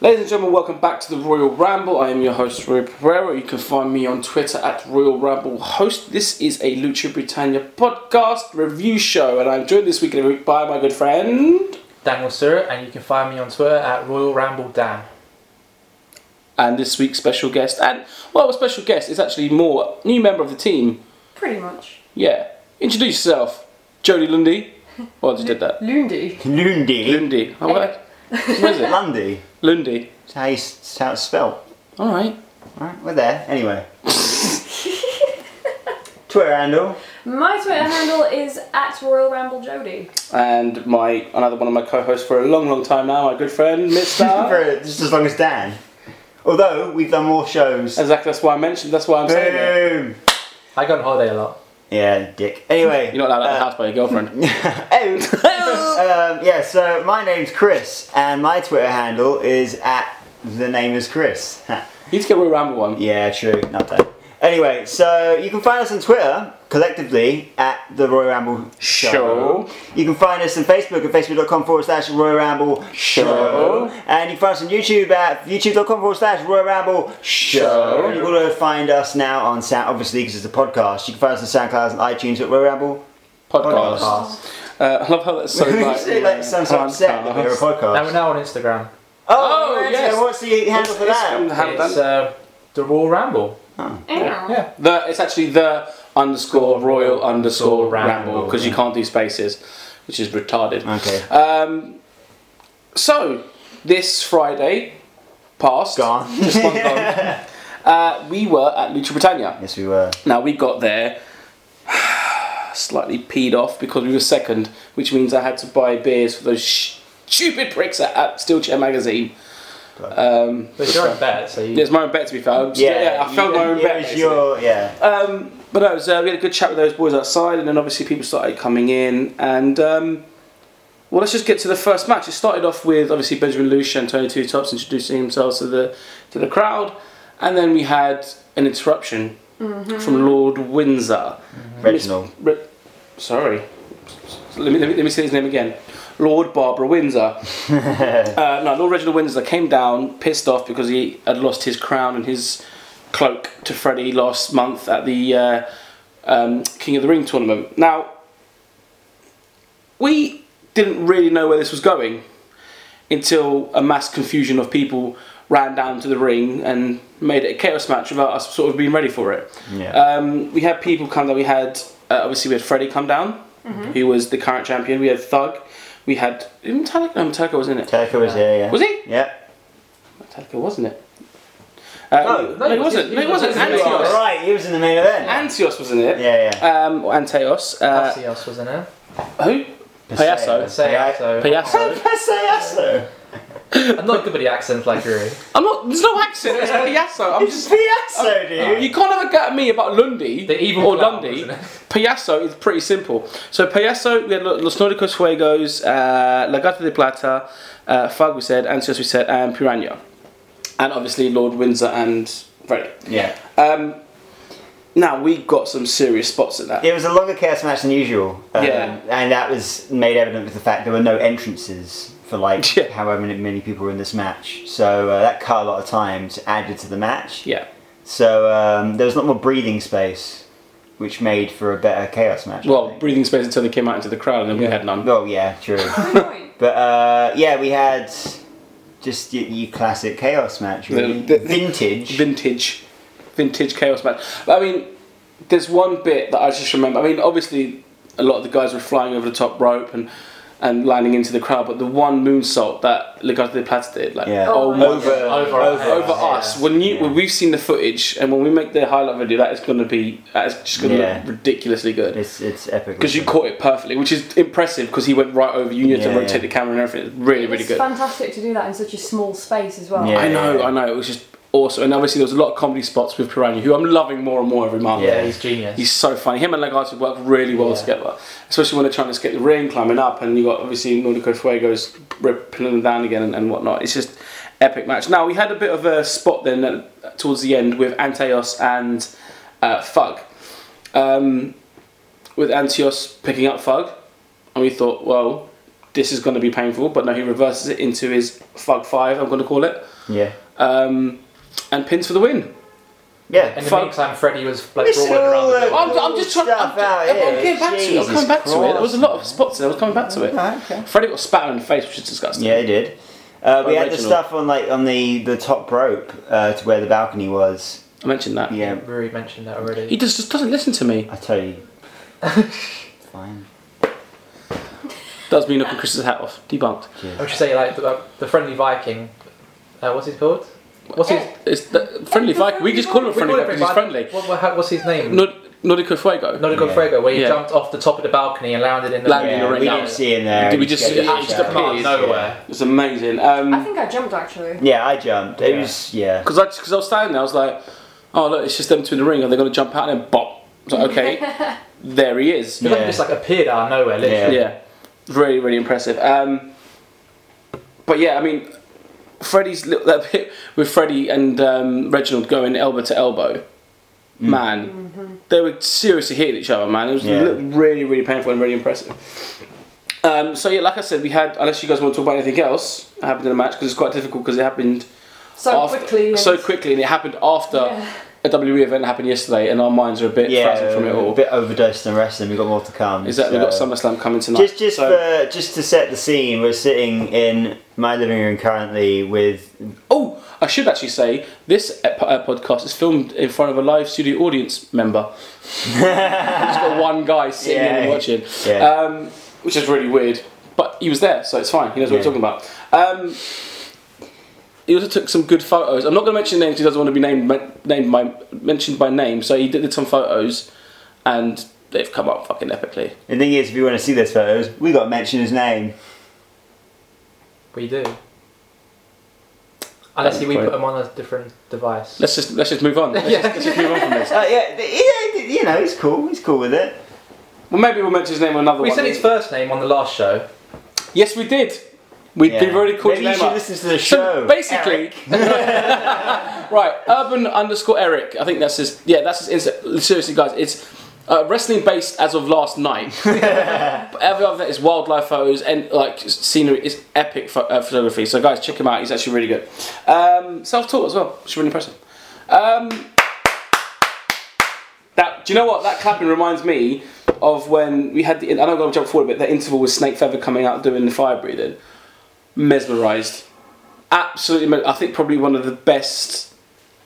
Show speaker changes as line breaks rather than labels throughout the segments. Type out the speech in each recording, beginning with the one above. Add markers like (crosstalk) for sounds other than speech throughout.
Ladies and gentlemen, welcome back to the Royal Ramble. I am your host, Roy Pereira. You can find me on Twitter at Royal Ramble Host. This is a Lucha Britannia podcast review show, and I'm joined this week and every week by my good friend.
Dan Wasura, and you can find me on Twitter at Royal Ramble Dan.
And this week's special guest, and well, a special guest is actually more new member of the team.
Pretty much.
Yeah, introduce yourself, Jodie Lundy. Well, I just did that.
Lundy.
Lundy.
Lundy. All right. What
(laughs)
is it?
Lundy.
Lundy.
That's how you s- it's how it's spelled.
All right.
Alright, we're there.
(laughs)
Anyway. Twitter handle.
My Twitter handle is at Royal Ramble Jody.
And my another one of my co-hosts for a long, long time now, my good friend, Mister.
For just as long as Dan. Although we've done more shows.
Exactly. That's why I mentioned. That's why I'm saying it.
Boom.
I go on holiday a lot.
Yeah, dick. Anyway.
You're not allowed out of the house by your
(laughs)
girlfriend. (laughs)
oh. um, yeah, so my name's Chris and my Twitter handle is at the name is Chris.
You need to get Royal Ramble one.
Yeah, true. Not that. Anyway, so you can find us on Twitter collectively at the Royal Ramble Show.
Show.
You can find us on Facebook at facebook.com forward slash Royal Ramble Show.
Show.
And you can find us on YouTube at youtube.com forward slash Royal Ramble Show. You can also find us now on Sound, obviously, because it's a podcast. You can find us on SoundCloud and iTunes at Royal Ramble.
Podcast. Uh, I love how that's so
Oh, (laughs) you
like.
say like sounds so
(laughs)
upset that we're a
podcast.
podcast.
And we're now on Instagram.
Oh,
Oh,
right,
yes.
so what's the handle for
It's-
that?
it's- Have
it's
done.
uh, the Royal Ramble.
Anyhow.
Yeah.
The, it's actually the underscore royal underscore ramble
Ramble,
because you
yeah.
can't do spaces, which is retarded.
Okay.
Um, so this Friday past,
Gone.
just one
(laughs)
gone, uh, we were at Lucha Britannia.
yes, we were.
Now we got there (sighs) slightly peed off because we were second, which means I had to buy beers for those sh- stupid pricks at, at Steelchair Magazine. Um,
But it's your own bet, so you,
yeah, it's my own bet to be fair. Yeah, I felt
you-
my own
it
bet.
was
basically.
your, yeah.
Um, but no, it was, uh, we had a good chat with those boys outside, and then obviously people started coming in. And um, well, let's just get to the first match. It started off with obviously Benjamin Lucia and Tony Two Tops introducing themselves to the to the crowd, and then we had an interruption from Lord Windsor.
Reginald.
Miss- Re- sorry, let me, let me let me say his name again. Lord Barbara Windsor. Uh, no, Lord Reginald Windsor came down pissed off because he had lost his crown and his cloak to Freddie last month at the uh, um, King of the Ring tournament. Now, we didn't really know where this was going until a mass confusion of people ran down to the ring and made it a chaos match without us sort of being ready for it.
Yeah.
Um, we had people come down. We had uh, obviously we had Freddie come down, who was the current champion. We had Thug. We had didn't Metallica. No, Metallica wasn't it.
Turco was here, yeah.
Was he?
Yep.
Metallica wasn't it? Uh,
No,
no, he wasn't. No, he wasn't.
he was-
Oh,
Antios.
right, he was in the main event.
Antios was in it.
yeah, yeah.
Um, or Anteos.
Cassie
Uh,
else was in it.
who? Payaso.
Say
Yeah.
so.
(laughs)
Payaso.
Payaso.
I'm not good with the accents like Rory.
I'm not. There's no accent. It's Payaso. I'm just.
It's Payaso,
You
dude.
can't have a go at me about Lundy
The evil
or
clown,
Lundy.
wasn't it?
(laughs) Payaso is pretty simple. So Payaso, we had Los Nórdicos Fuegos, uh, La Gata de Plata, uh, Fag we said, Antios we said, and Piranha. And obviously Lord Windsor and Freddy.
Yeah.
Um, now we got some serious spots at that.
It was a longer chaos match than usual. um,
Yeah.
And that was made evident with the fact there were no entrances for
(laughs)
like
Yeah.
however many, many people were in this match. So uh, that cut a lot of time to added to the match.
Yeah.
So um, there was a lot more breathing space, which made for a better chaos match. I
Well,
think.
breathing space until they came out into the crowd, and then we
Yeah.
had none.
Oh yeah, true.
Good point.
But uh, yeah, we had just your, your classic chaos match, really.
The- the-
vintage.
vintage, vintage chaos match. I mean, there's one bit that I just remember. I mean, obviously, a lot of the guys were flying over the top rope and and landing into the crowd, but the one moonsault that Legado de Plata did, like
yeah,
Oh my
over,
God.
over,
Over us.
over us, when you when we've seen the footage, and when we make the highlight video, that is going to be that is just going to
Yeah.
look ridiculously good.
It's it's epic.
Because you caught it perfectly, which is impressive because he went right over you. You had
Yeah,
to rotate
yeah.
the camera and everything. It's really, really
it's
good.
fantastic to do that in such a small space as well.
Yeah.
I know, I know. It was just awesome. And obviously, there was a lot of comedy spots with Piranha, who I'm loving more and more every month.
Yeah,
Yeah.
he's genius.
He's so funny. Him and Legato work really well
Yeah.
together, especially when they're trying to escape the ring, climbing up, and you got obviously Nordico Fuego's ripping them down again and, and whatnot. It's just epic match. Now we had a bit of a spot then at, towards the end with Anteos and uh, Fug, um, with Anteos picking up Fug, and we thought, well, this is going to be painful, but no, he reverses it into his Fug Five, I'm going to call it,
Yeah.
um, and pins for the win.
Yeah.
In the
Fuck.
meantime, Freddy was like
Listen
rolling around.
all
the
the-
building.
I'm, I'm just trying. I'm,
Stuff out
I'm,
here,
getting back to it. I'm
Jesus
coming back to it. There was a lot of
Christ.
spots there. I was coming back to it.
Ah, okay.
Freddie got spat in the face, which is disgusting.
Yeah, he did. Uh, we had the
Original.
stuff on like on the the top rope uh, to where the balcony was.
I mentioned that.
Yeah,
We already mentioned that
He
already.
just, just doesn't listen to me.
I tell you. Fine.
Does me knocking Chris's hat off. Debunked.
I should say like the, uh, the friendly Viking. Uh, what's he called? What's his?
It's the, friendly
It's a
Viking. We just call him
we
friendly
call it
because he's friendly.
What, what, how- what's his name?
Nord- Nordico Fuego.
Nodico
Yeah.
Fuego, where he
Yeah.
jumped off the top of the balcony and landed in the
Landed
middle.
in the
Yeah,
ring
we
now.
didn't see in there.
Did we just-
Yeah,
it just
yeah.
appeared?
Out of nowhere.
It's amazing.
I
Um,
think I jumped actually.
Yeah, I jumped. It
Yeah.
was yeah.
because I, because I was standing there, I was like, oh look, it's just them two in the ring. Are they going to jump out and then bop? I was like, okay,
(laughs)
there he is.
He like
Yeah.
just like appeared out of nowhere,
Yeah.
literally.
yeah, really, really impressive. Um, but yeah, I mean, Freddie's little, (laughs) that bit with Freddie and um, Reginald going elbow to
Mm.
elbow, man,
Mm-hmm.
they were seriously hitting each other, man. It was
Yeah.
li- really, really painful and really impressive. Um, so yeah, like I said, we had. Unless you guys want to talk about anything else that happened in the match, because it's quite difficult because it happened
So
after-
quickly. and-
so quickly, and it happened after
Yeah.
a WWE event happened yesterday, and our minds are a bit
Yeah,
frazzled from it all.
a bit overdosed and wrestling. We got more to come.
Exactly, we've got
so-
SummerSlam coming tonight.
Just, just,
So-
for, just to set the scene, we're sitting in my living room currently with
Oh, I should actually say this ep- uh, podcast is filmed in front of a live studio audience
(laughs)
member. Just got one guy sitting in and
Yeah.
watching,
Yeah.
um, which is really weird. But he was there, so it's fine. He knows what
Yeah.
we're talking about. Um, he also took some good photos. I'm not going to mention names. He doesn't want to be named men- named by mentioned by name. So he did, did some photos, and they've come up fucking epically.
The thing is, if you want to see those photos, we got to mention his name.
We do. Unless he, we
Right.
put him on a different device.
Let's just let's just move
(laughs)
on. Let's, just, let's just move on from this.
Uh, yeah, th- yeah, th- you know, he's cool. He's cool with it.
Well, maybe we'll mention his name on another
we
one.
said his first name on the last show.
Yes, we did. We,
Yeah.
We've already called his
Maybe you
name
should
up.
listen to the show.
So basically, (laughs) right, urban underscore Eric. I think that's his. Yeah, that's his. Insta- seriously, guys, it's uh, wrestling based as of last
(laughs)
night. but every other is wildlife photos and like scenery. It's epic pho- uh, photography. So guys, check him out. He's actually really good. Um, Self taught as well. Which is really impressive. Um, that do you know what that clapping reminds me of when we had the. I know I'm gonna jump forward a bit. That interval with Snake Feather coming out doing the fire breathing. Mesmerized absolutely. amazing. I think probably one of the best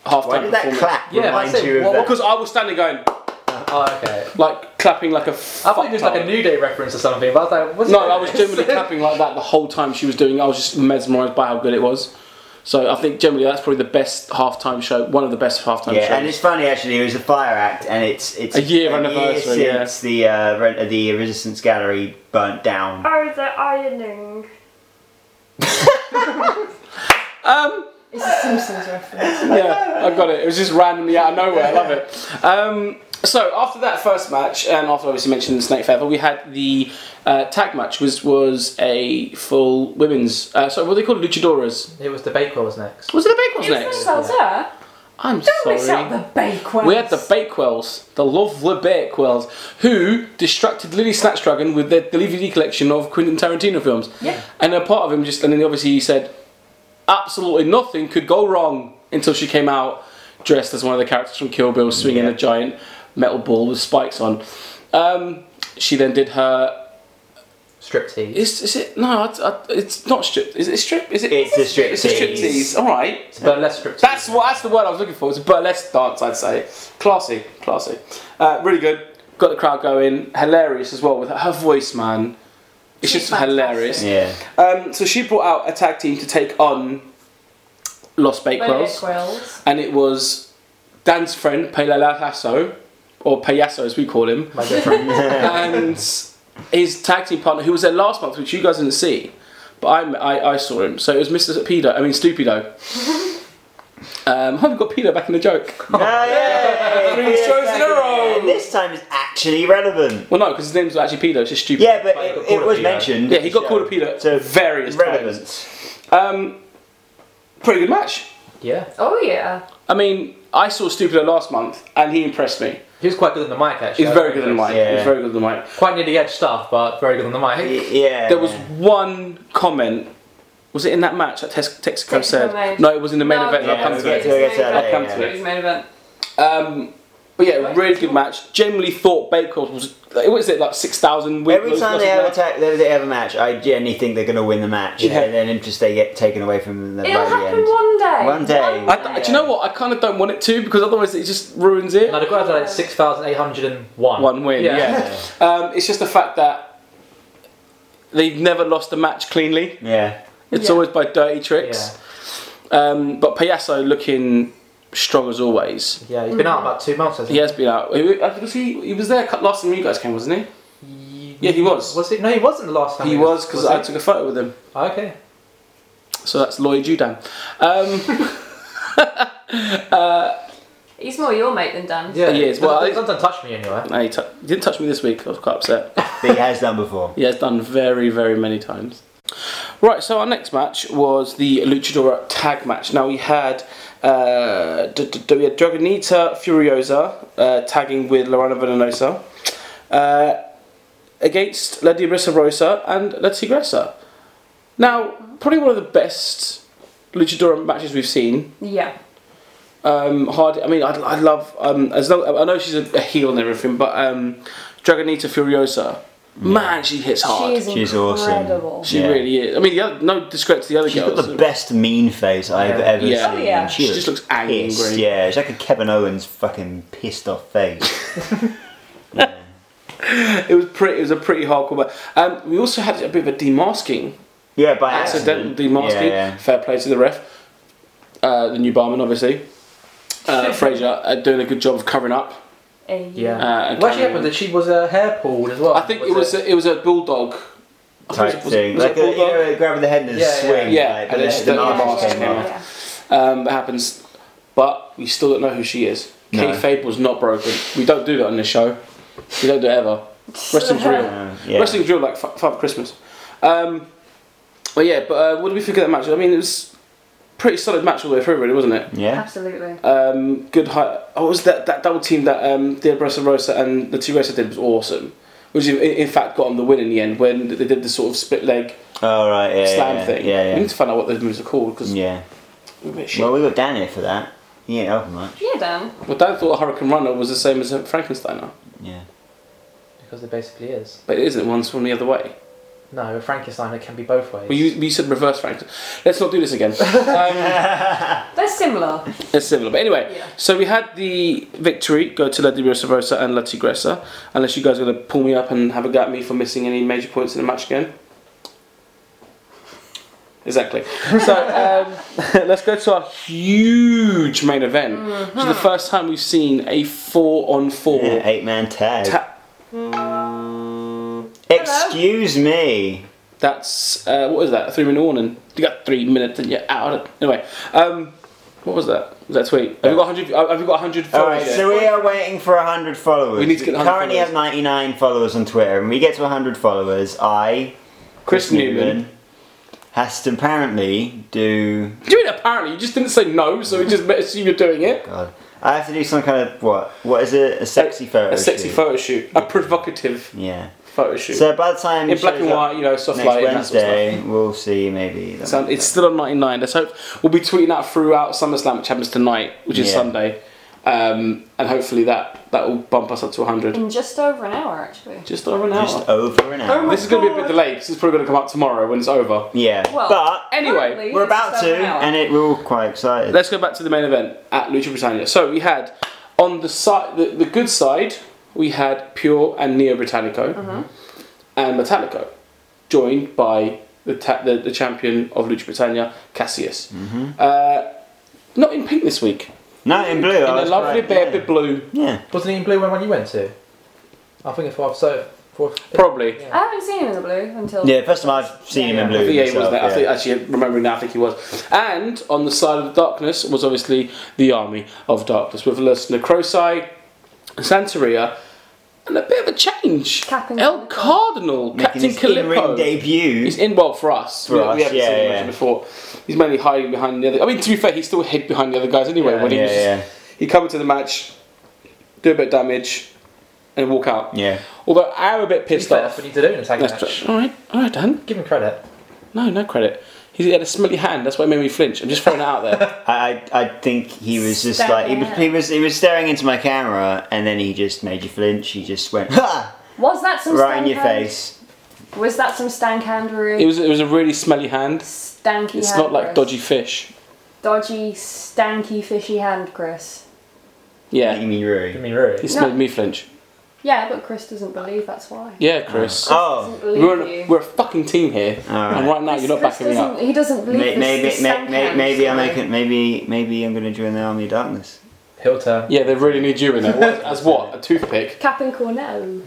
half
Why
time
did that
performances.
clap
Yeah,
remind
I said,
you of
what-
that?
what
Because I was standing going Ah,
Oh, okay.
like clapping like a.
I thought it was like a New Day reference or something, but I was like, what's
No,
it?
I was
(laughs)
generally clapping like that the whole time she was doing. it. I was just mesmerised by how good it was. So I think generally that's probably the best halftime show, one of the best halftime
yeah, and
shows.
it's funny actually. It was a fire act, and it's it's
A year anniversary, yeah.
since the uh, re- the Resistance Gallery burnt down.
Oh, the ironing.
(laughs) um,
It's a Simpsons reference.
yeah, I got it. It was just randomly out of nowhere. I love it. Um, so after that first match, and after obviously mentioning the snake feather, we had the uh, tag match, which was a full women's. Uh, sorry, what are they called? Luchadoras.
It was the Bakewells next.
Was it the Bakewells
It was
next?
Salsa.
I'm
Don't miss out
sorry.
the Bakewells.
We had the Bakewells, the lovely Bakewells, who distracted Lily Snatchdragon with their the DVD collection of Quentin Tarantino films.
Yeah.
And a part of him just, and then obviously he said, absolutely nothing could go wrong until she came out dressed as one of the characters from Kill Bill, swinging
Yeah.
a giant metal ball with spikes on. Um, she then did her.
Striptease.
Is, is it? No, I, I, it's not strip. Is it strip? Is it?
It's a strip
It's a striptease. All right.
It's burlesque striptease.
That's what. That's the word I was looking for. It's a burlesque dance, I'd say. Classy, classy. Uh, really good. Got the crowd going. Hilarious as well with her voice, man. It's
She's
just
fantastic.
hilarious. (laughs)
Yeah, (laughs)
Um, so she brought out a tag team to take on Los Bakewells,
Bakewells.
and it was Dan's friend Pele Lasso, or Payaso as we call him,
My good friend.
and his tag team partner, who was there last month, which you guys didn't see, but I, I, I saw him. So it was Mr. Pedo. I mean Stupido. um, (laughs) hope we got Pedo back in the joke.
Ah, yeah.
Three shows in a row.
And this time it's actually relevant.
Well, no, because his name's actually Pedo. It's just stupid.
Yeah, but
But he got
it,
called
it
a
was
pedo.
mentioned.
Yeah, he got called a
Peter.
pedo various
relevant.
times. Um, pretty good match.
Yeah.
Oh yeah.
I mean, I saw Stupido last month, and he impressed me.
He was quite good on the mic, actually.
He's very good on the mic.
Yeah.
He's very good on the mic.
Quite near the edge stuff, but very good on the mic.
Yeah.
There was one comment. Was it in that match that Tex- Texaco
Texaco
said?
made.
No, it was in the main event.
yeah,
I'll come
we'll
to
get
it.
to it, we'll get to it
I'll come
later,
to it.
Big main event.
Um, but yeah, really good match. Generally thought Bakewell was. Like, what is it like six thousand?
Every time they have, a ta- they they have a match, I genuinely think they're going to win the match,
Yeah.
and then just they get taken away from them
It'll
by the
happen
end.
one day.
One day.
I, I- do you know what? I kind of don't want it to because otherwise it just ruins it.
And I'd have got like 6,801.
One win, yeah.
Yeah.
Um, it's just the fact that they've never lost a match cleanly.
Yeah.
It's
Yeah.
always by dirty
Yeah.
tricks. Um, but Payaso looking strong as always.
Yeah, he's been out about two months, hasn't
He has been out. He, I think- was he, he was there cu- last time you guys came, wasn't he?
he?
Yeah, he was.
Was it? No, he wasn't the last time.
He
we-
was because I
he?
took a photo with him.
Okay.
So that's Lloyd Judan. Um,
He's more your mate than Dan.
Yeah.
He is.
Doesn't-
Well, I-
doesn't touch me anywhere.
no, he, tou- he didn't touch me this week. I was quite upset.
But he has done
(laughs)
before.
Yeah, it's done very, very many times. Right, so our next match was the Luchadora tag match. Now we had uh, d- d- d- we had Dragonita Furiosa uh, tagging with Lorena Venenosa uh, against La Diabrisa Rosa and La Tigresa. Now, probably one of the best Luchadora matches we've seen.
Yeah.
Um, Hardy, I mean, I, I love um, as long I know she's a, a heel and everything, but um, Dragonita Furiosa, man, she hits hard.
She's,
She's awesome.
incredible.
She
Yeah.
really is. I mean, the other, no discredit to the other
She's got
girls.
the best mean face I've
Yeah.
ever
Yeah.
seen.
Oh, yeah.
She just looks angry.
pissed. Yeah, it's like a Kevin Owens fucking pissed off face.
It was pretty. It was a pretty hardcore. But um, we also had a bit of a demasking, (laughs)
Yeah, by
accidental
accident.
demasking.
Yeah,
Fair play to the ref, uh, the new barman, obviously. Uh, Fraser uh, doing a good job of covering up. Uh,
Eh,
and
what actually
carrying
happened that she was a hair pulled as well.
on. I think it was a, it was a bulldog I
yeah.
think
Type
it was-
thing.
was it
like a, you
bulldog?
know, grabbing the head and
Yeah, yeah.
swing.
Yeah,
like,
and
but
then
the,
she-
the
the
mask
mask
came
came
off.
off. um, that happens, but we still don't know who she is.
No.
Kayfabe was not broken. We don't do that on this show. We don't do it ever. Wrestling's real.
(laughs)
Uh, yeah.
Wrestling's real like Fa- Father Christmas. Um, but yeah, but uh, what did we think of that match? I mean, it was pretty solid match all the way through, really, wasn't it?
Yeah.
Absolutely.
Um, good height. Oh, it was that that double team that um, Diabresa Rosa and the two Rosa did was awesome. Which in, in fact got them the win in the end when they did the sort of split leg
All Oh, right. Yeah.
slam
yeah,
thing.
Yeah.
We
Yeah.
need to find out what those moves are called because
yeah.
we're a bit shit.
Well, we got Dan here for that. He ain't helping much.
Yeah, Dan.
Well, Dan thought Hurricane Runner was the same as a Frankensteiner,
Yeah.
because it basically is.
but it isn't. One's from the other way.
No, a Frankenstein it can be both ways.
Well, you, you said reverse Frankenstein. Let's not do this
(laughs)
again. Um,
They're similar.
It's similar. But anyway,
Yeah.
so we had the victory go to La Dibiosa Rosa and La Tigresa. Unless you guys are going to pull me up and have a go at me for missing any major points in the match again. Exactly. So um, (laughs) let's go to our huge main event. This is the first time we've seen a four on four.
Mm-hmm. Yeah, eight man tag.
Ta-
Excuse me.
that's uh, what was that? A three minute warning. You got three minutes and you're out. Anyway, um, what was that? Was that a tweet? Have you got hundred? uh, Have you got hundred?
All right, so we are waiting for 100 followers.
We need to get 100
currently
followers.
have 99 followers on Twitter. and we get to 100 followers, I,
Chris Newman.
has to apparently do.
You mean apparently? You just didn't say no, so we just assume you're doing it.
God, I have to do some kind of what? What is it? A sexy photo.
A sexy
shoot.
photo shoot, a provocative
Yeah.
photo shoot.
So by the time
in
it
black and
shows up
white, you know, soft
next
lighting, that sort of stuff.
Wednesday, we'll see maybe. that
So
might-
it's still on 99. Let's hope we'll be tweeting that throughout SummerSlam, which happens tonight, which is
Yeah.
Sunday, um, and hopefully that that will bump us up to 100.
In just over an hour, actually.
Just over an hour.
just over an hour.
my-
this is going to be a bit delayed. 'cause This is probably going to come out tomorrow when it's over.
yeah,
Well,
but
Anyway,
currently,
we're
it's
about
just
to,
over an hour.
and it, we're all quite excited.
Let's go back to the main event at Lucha Britannia. So we had on the side, the, the good side, we had Pure and Neo Britannico and Metallico, joined by the, ta- the the champion of Lucha Britannia, Cassius. Uh, not in pink this week.
no, in blue. I
in a
was
lovely
quite-
baby blue,
Yeah. yeah.
Wasn't he in blue when one you went to? I think it's five so four.
probably.
I haven't seen him in the blue until.
Yeah, first time I've seen him in
I
blue.
think, yeah, he was
myself,
there. I
yeah.
think, actually, remembering now, I think he was. And on the side of the darkness was obviously the army of darkness with Los Necrosi, Santeria, and a bit of a change.
Captain
El Cardinal,
Making
Captain
his in-ring
Calippo.
debut.
He's in well for us.
For
we,
us,
we haven't
yeah,
seen him
yeah.
much before. He's mainly hiding behind the other. I mean, to be fair, he still hid behind the other guys anyway
Yeah,
when he
yeah,
was
yeah.
You come into the match, do a bit of damage, and walk out.
Yeah.
Although I'm a bit
He's
pissed
like, that's
off.
what you need to do in a tag
That's
match.
true. All right, all right, Dan.
Give him credit.
No, no credit. He had a smelly hand. That's why it made me flinch. I'm just throwing it out
(laughs)
there.
I, I, I think he was just
Stare
like he was,
down.
he was he was staring into my camera and then he just made you flinch. He just went ha
Was that some
right in
stank
your
hand?
face.
Was that some stank
It
handaroo?
was it was a really smelly hand.
Stanky
It's
hand,
not like
Chris.
dodgy fish.
Dodgy, stanky, fishy hand, Chris.
You
Yeah,
mean Rui?
I mean, really.
he smelled me flinch.
Yeah, but Chris doesn't believe that's why.
Yeah, Chris.
Oh,
Doesn't believe
We're,
you.
a, we're a fucking team here,
Alright.
and right now
Chris-
you're not
Chris
backing me up.
doesn't- He doesn't believe
maybe
this,
maybe
this stank
maybe,
hand
maybe I'm
story.
making maybe maybe I'm gonna join the army of darkness.
He'll turn.
Yeah, they really need you in there. What, as what? A toothpick?
Captain Cornetto.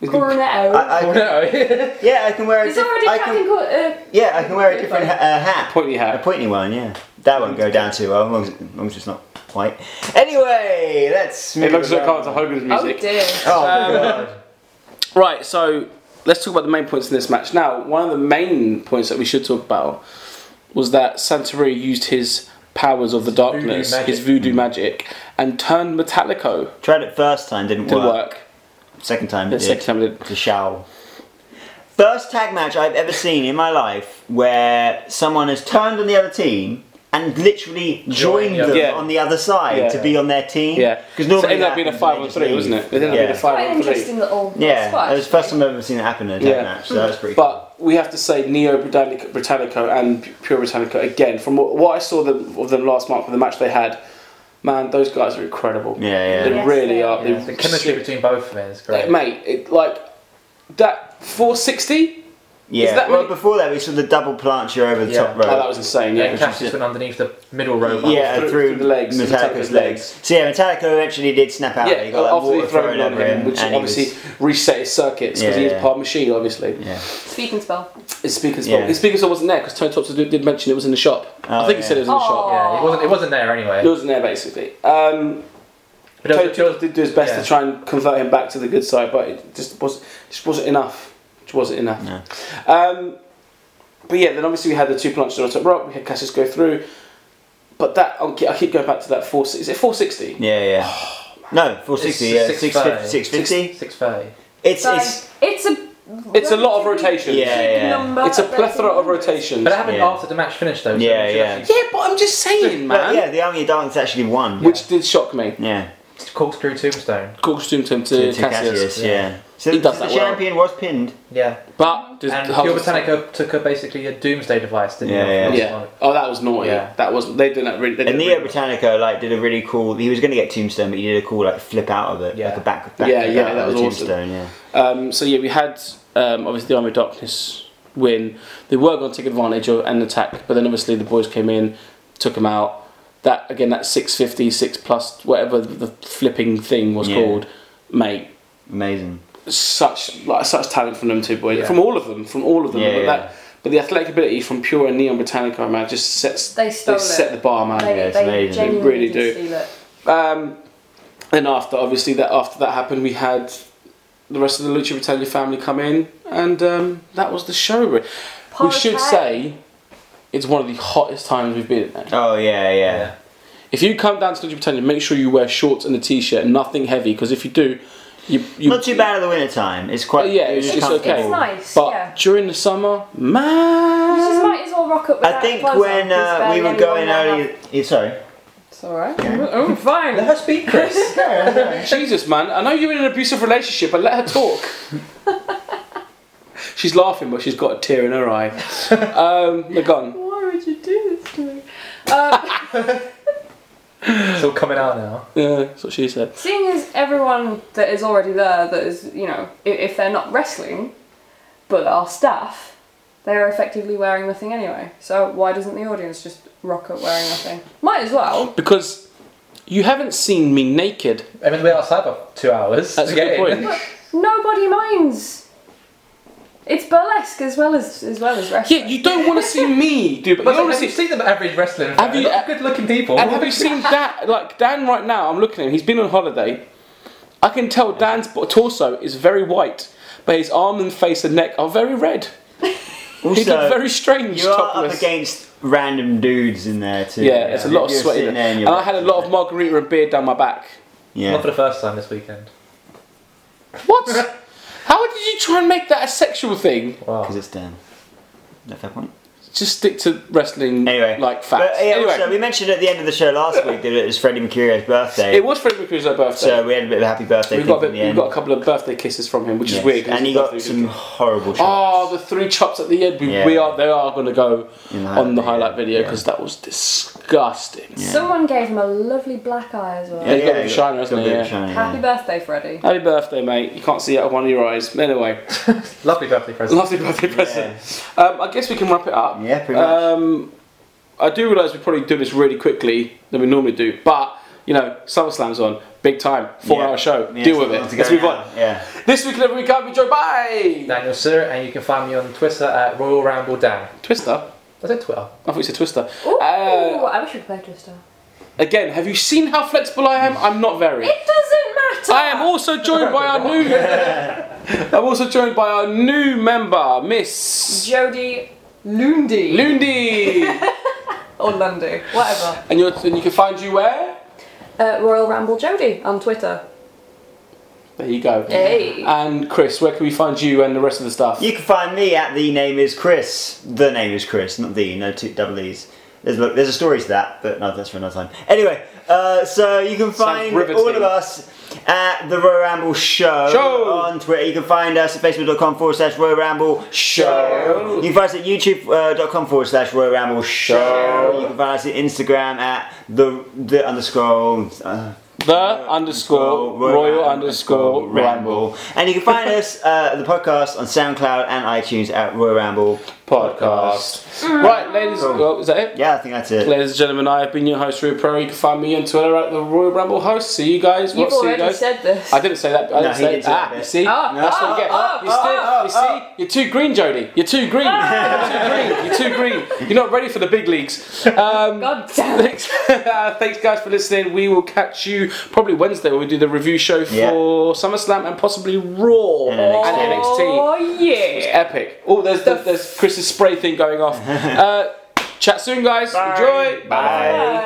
He's been-
Cornetto.
I, I
(laughs) Oh,
can-
(laughs)
no. (laughs)
yeah, I can wear a
He's
different.
already
I
Captain
can,
Cornetto.
yeah, I can wear a different ha- uh, hat.
Pointy
A
hat.
pointy one, yeah. That won't go down too well, as long as, as long as it's not white. Anyway, let's move
It looks like
around.
Carter Hogan's
Oh
music.
dear.
Oh,
God.
Right, so let's talk about the main points in this match. Now, one of the main points that we should talk about was that Santori used his powers of the
voodoo
darkness,
magic.
his voodoo magic, and turned Metallico.
tried it first time, didn't,
Didn't work.
Second time, it
The
did.
second time it did.
The show. First tag match I've ever seen in my life where someone has turned on the other team and literally joined
the
them
other-
on the other side
Yeah.
to be on their team. (laughs)
Yeah.
because
So it
normally
ended up
that
being a
happens,
five
they
on
just
three,
leave.
wasn't it? It ended up
yeah.
being a five
Quite
on three.
interesting little.
Yeah,
spot,
that was the first time I've ever seen that happen in a tag
Yeah.
match. So that was pretty. cool.
But we have to say Neo Britannica, Britannico and Pure Britannica again. From what, what I saw them, of them last month with the match they had, man, those guys are incredible.
Yeah,
They
yeah.
Yes,
really
they
are.
Yeah, the chemistry between both of them is great.
mate, it, like that 460.
Yeah.
that
well,
really-
before that, we saw the double plancher over the
Yeah.
top
Oh,
rope.
Oh, that was insane.
yeah,
Yeah,
Cassius went underneath the middle rope.
yeah,
through-
through,
through the legs, Metallica's
Metallica's legs.
legs.
So yeah, Metallica eventually did snap out.
yeah,
he got that
after
water
he thrown
thrown
on
over
him,
him,
which
and he was-
obviously reset his circuits because
Yeah,
he's
yeah.
part machine, obviously.
yeah.
Speaking spell.
His speaker's fault.
Yeah.
His speaker's fault wasn't there because Tony Thompson did, did mention it was in the shop. I
Oh,
think he
yeah. Oh.
said it was in the shop.
Yeah, it wasn't. It wasn't there anyway.
It wasn't there basically. Um,
But it was-
Tony
it was-
did do his best
yeah.
to try and convert him back to the good side, but it just was just wasn't enough. Just wasn't enough.
No.
Um, but yeah, then obviously we had the two planches on the top rope. We had Cassius go through, but that I'll ke- I keep going back to that four. Is it four sixty?
Yeah, yeah. no, 460,
It's
yeah,
six
650.
five.
650.
Six thirty.
It's,
So
it's,
it's, a.
It's a lot of rotations.
Yeah, yeah.
Number
It's a
of
plethora of
rotations.
rotations.
But it happened
Yeah.
after the match finished, though. so
Yeah,
we should
yeah.
actually-
yeah, but I'm just saying,
but
man.
yeah, the Army of Darkness actually won.
Which did shock me.
Yeah,
Corkscrew Tombstone.
Corkscrew him to,
to,
Cassius,
to Cassius, yeah. So,
He does
so
that
the
well.
champion was pinned.
Yeah.
but does-
And
how
Pure
does-
Botanica took a, basically a doomsday device, didn't
Yeah,
he?
yeah.
Yeah. Oh, that was naughty.
Yeah.
That was they did that really. They did
And
that
Neo
really-
Britannica like did a really cool. He was going to get Tombstone, but he did a cool like flip out of it,
Yeah.
like a back, back
Yeah,
flip
yeah,
out
that
of the
was awesome.
Tombstone. Yeah,
Um, so yeah, we had um, obviously the Army of Darkness win. They were going to take advantage of an attack, but then obviously the boys came in, took them out. That again, that 650, 6 plus, whatever the flipping thing was
Yeah.
called, mate.
amazing.
Such like such talent from them two boys,
Yeah.
from all of them, from all of them.
Yeah,
but,
yeah.
That, but the athletic ability from Pure and Neon Britannica, man, just sets
They stole it.
set the bar, man.
They,
Yeah, it's
they
amazing. They
genuinely
really
did
do.
steal it.
Um, then after, obviously, that after that happened, we had the rest of the Lucha Britannia family come in, and um, that was the show. re- We should
Parquet.
say it's one of the hottest times we've been at.
Oh yeah, yeah.
Yeah.
If you come down to Lucha Britannia, make sure you wear shorts and a t-shirt, nothing heavy, because if you do, you, you
Not too bad in the winter time. It's quite.
Yeah, it's-
was
it's
comfortable.
okay.
It's nice.
But
yeah.
during the summer,
You just
man.
might as well rock up with
I
that
think
clothes on,
when
'cause
uh,
barely
we were
anyone
going
there
earlier.
had-
Yeah, sorry.
It's alright. Oh, fine.
her speak,
(laughs)
Chris.
Jesus, man, I know you're in an abusive relationship, but let her talk. (laughs) she's laughing, but she's got a tear in her eye. Um, they're gone.
Why would you do this to me? Um, (laughs)
it's all coming out now.
Yeah, that's what she said.
seeing as everyone that is already there, that is, you know, i- if they're not wrestling, but are staff, they are effectively wearing nothing anyway. So why doesn't the audience just rock up wearing nothing? Might as well.
Because you haven't seen me naked.
I mean, we're outside for two hours.
That's
to
a
get
good
in.
point.
Nobody minds. It's burlesque as well as as well as wrestling.
Yeah, you don't want to see me do, but,
But
you
have
want
you
to see.
seen the average wrestling?
Have you-
Not good-looking people.
And have you (laughs) seen that? Like Dan, right now, I'm looking at him. He's been on holiday. I can tell Dan's bo- torso is very white, but his arm and face and neck are very red. He looked
Also,
very strange.
you are up
topless.
against random dudes in there too.
Yeah, it's a lot of
You're
sweaty.
sitting there
And,
you're-
I had a lot of margarita and beer down my back.
Not for
Yeah.
the first time this weekend.
What? (laughs) How did you try and make that a sexual thing?
Wow.
Because it's Dan. No fair point.
Just stick to wrestling
Anyway.
like
But,
facts.
yeah,
anyway,
also, we mentioned at the end of the show last week that it was Freddie Mercurio's birthday.
it was Freddie Mercury's birthday.
so we had a bit of a happy birthday
we
thing
got a bit,
in the
we
end.
got a couple of birthday kisses from him, which
Yes.
is weird. 'cause
And
his
he got
birthday
some
was-
horrible shots.
Oh, the three chops at the end. We,
Yeah.
we are. They are going to go
in
on the highlight video
Yeah.
because that was disgusting.
Yeah.
Someone gave him a lovely black eye as well.
Yeah, he's got a bit shiner,
he's got a
hasn't
bit
he?
of
Yeah.
shiner,
Happy
yeah.
birthday, Freddie.
Happy birthday, mate! You can't see out of one of your eyes. Anyway,
Lovely birthday present.
lovely (laughs) birthday present. Um, I guess we can wrap it up.
Yeah, pretty much.
Um, I do realise we probably do this really quickly than we normally do, but you know, SummerSlam's on, big time, four-hour
Yeah.
show.
Yeah,
Deal
so
with
we'll have
it.
to
Let's
go
move
now.
on.
Yeah.
This week and every week, I've been joined by
Daniel Sir, and you can find me on Twitter at Royal Ramble Dan.
Twister.
Was it Twitter?
I thought you said Twister.
Ooh,
Uh,
I wish we could play Twister.
again, have you seen how flexible I am? I'm not very.
It doesn't matter.
I am also joined by our new.
(laughs)
I'm also joined by our new member, Miss
Jodie Lundy.
Lundy,
or Lundy, whatever.
and you and you can find you where?
Uh, Royal Ramble Jodie on Twitter.
There you go.
Hey.
And Chris, where can we find you and the rest of the stuff?
You can find me at the name is Chris. The name is Chris, not the no two double e's. There's look, there's a story to that, but no, that's for another time. Anyway, uh, so you can find
riveting.
all of us at the Royal Ramble Show,
Show.
on Twitter. You can find us at facebook.com forward slash Royal Ramble
Show.
Show. You can find us at youtube.com forward slash Royal Ramble Show.
Show.
You can find us at Instagram at the the underscore. Uh,
The underscore Oh, royal, underscore ramble
And you can find us, uh, the podcast, on SoundCloud and iTunes at Royal Ramble.
podcast. Right, ladies. Well, is that it?
Yeah, I think that's it.
Ladies and gentlemen, I have been your host, Rui Pro. You can find me on Twitter at the Royal Ramble Host. See you guys.
You've
see you
already
guys.
said this.
I didn't say that. I
No,
didn't
he
say
didn't say
ah,
that
You
bit.
see,
Ah,
that's what you get.
ah,
you still,
ah,
you see, you're too green, Jody. You're too (laughs) green. you're too green. You're too green. You're not ready for the big leagues. Um,
God damn it.
thanks, uh, thanks, (laughs) guys, for listening. We will catch you probably Wednesday when we do the review show for
Yeah.
SummerSlam and possibly Raw
And NXT.
and NXT.
Oh,
It's
yeah.
epic. Oh, there's there's Chris's spray thing going off. uh, chat soon, guys. Enjoy.
Bye.
Bye.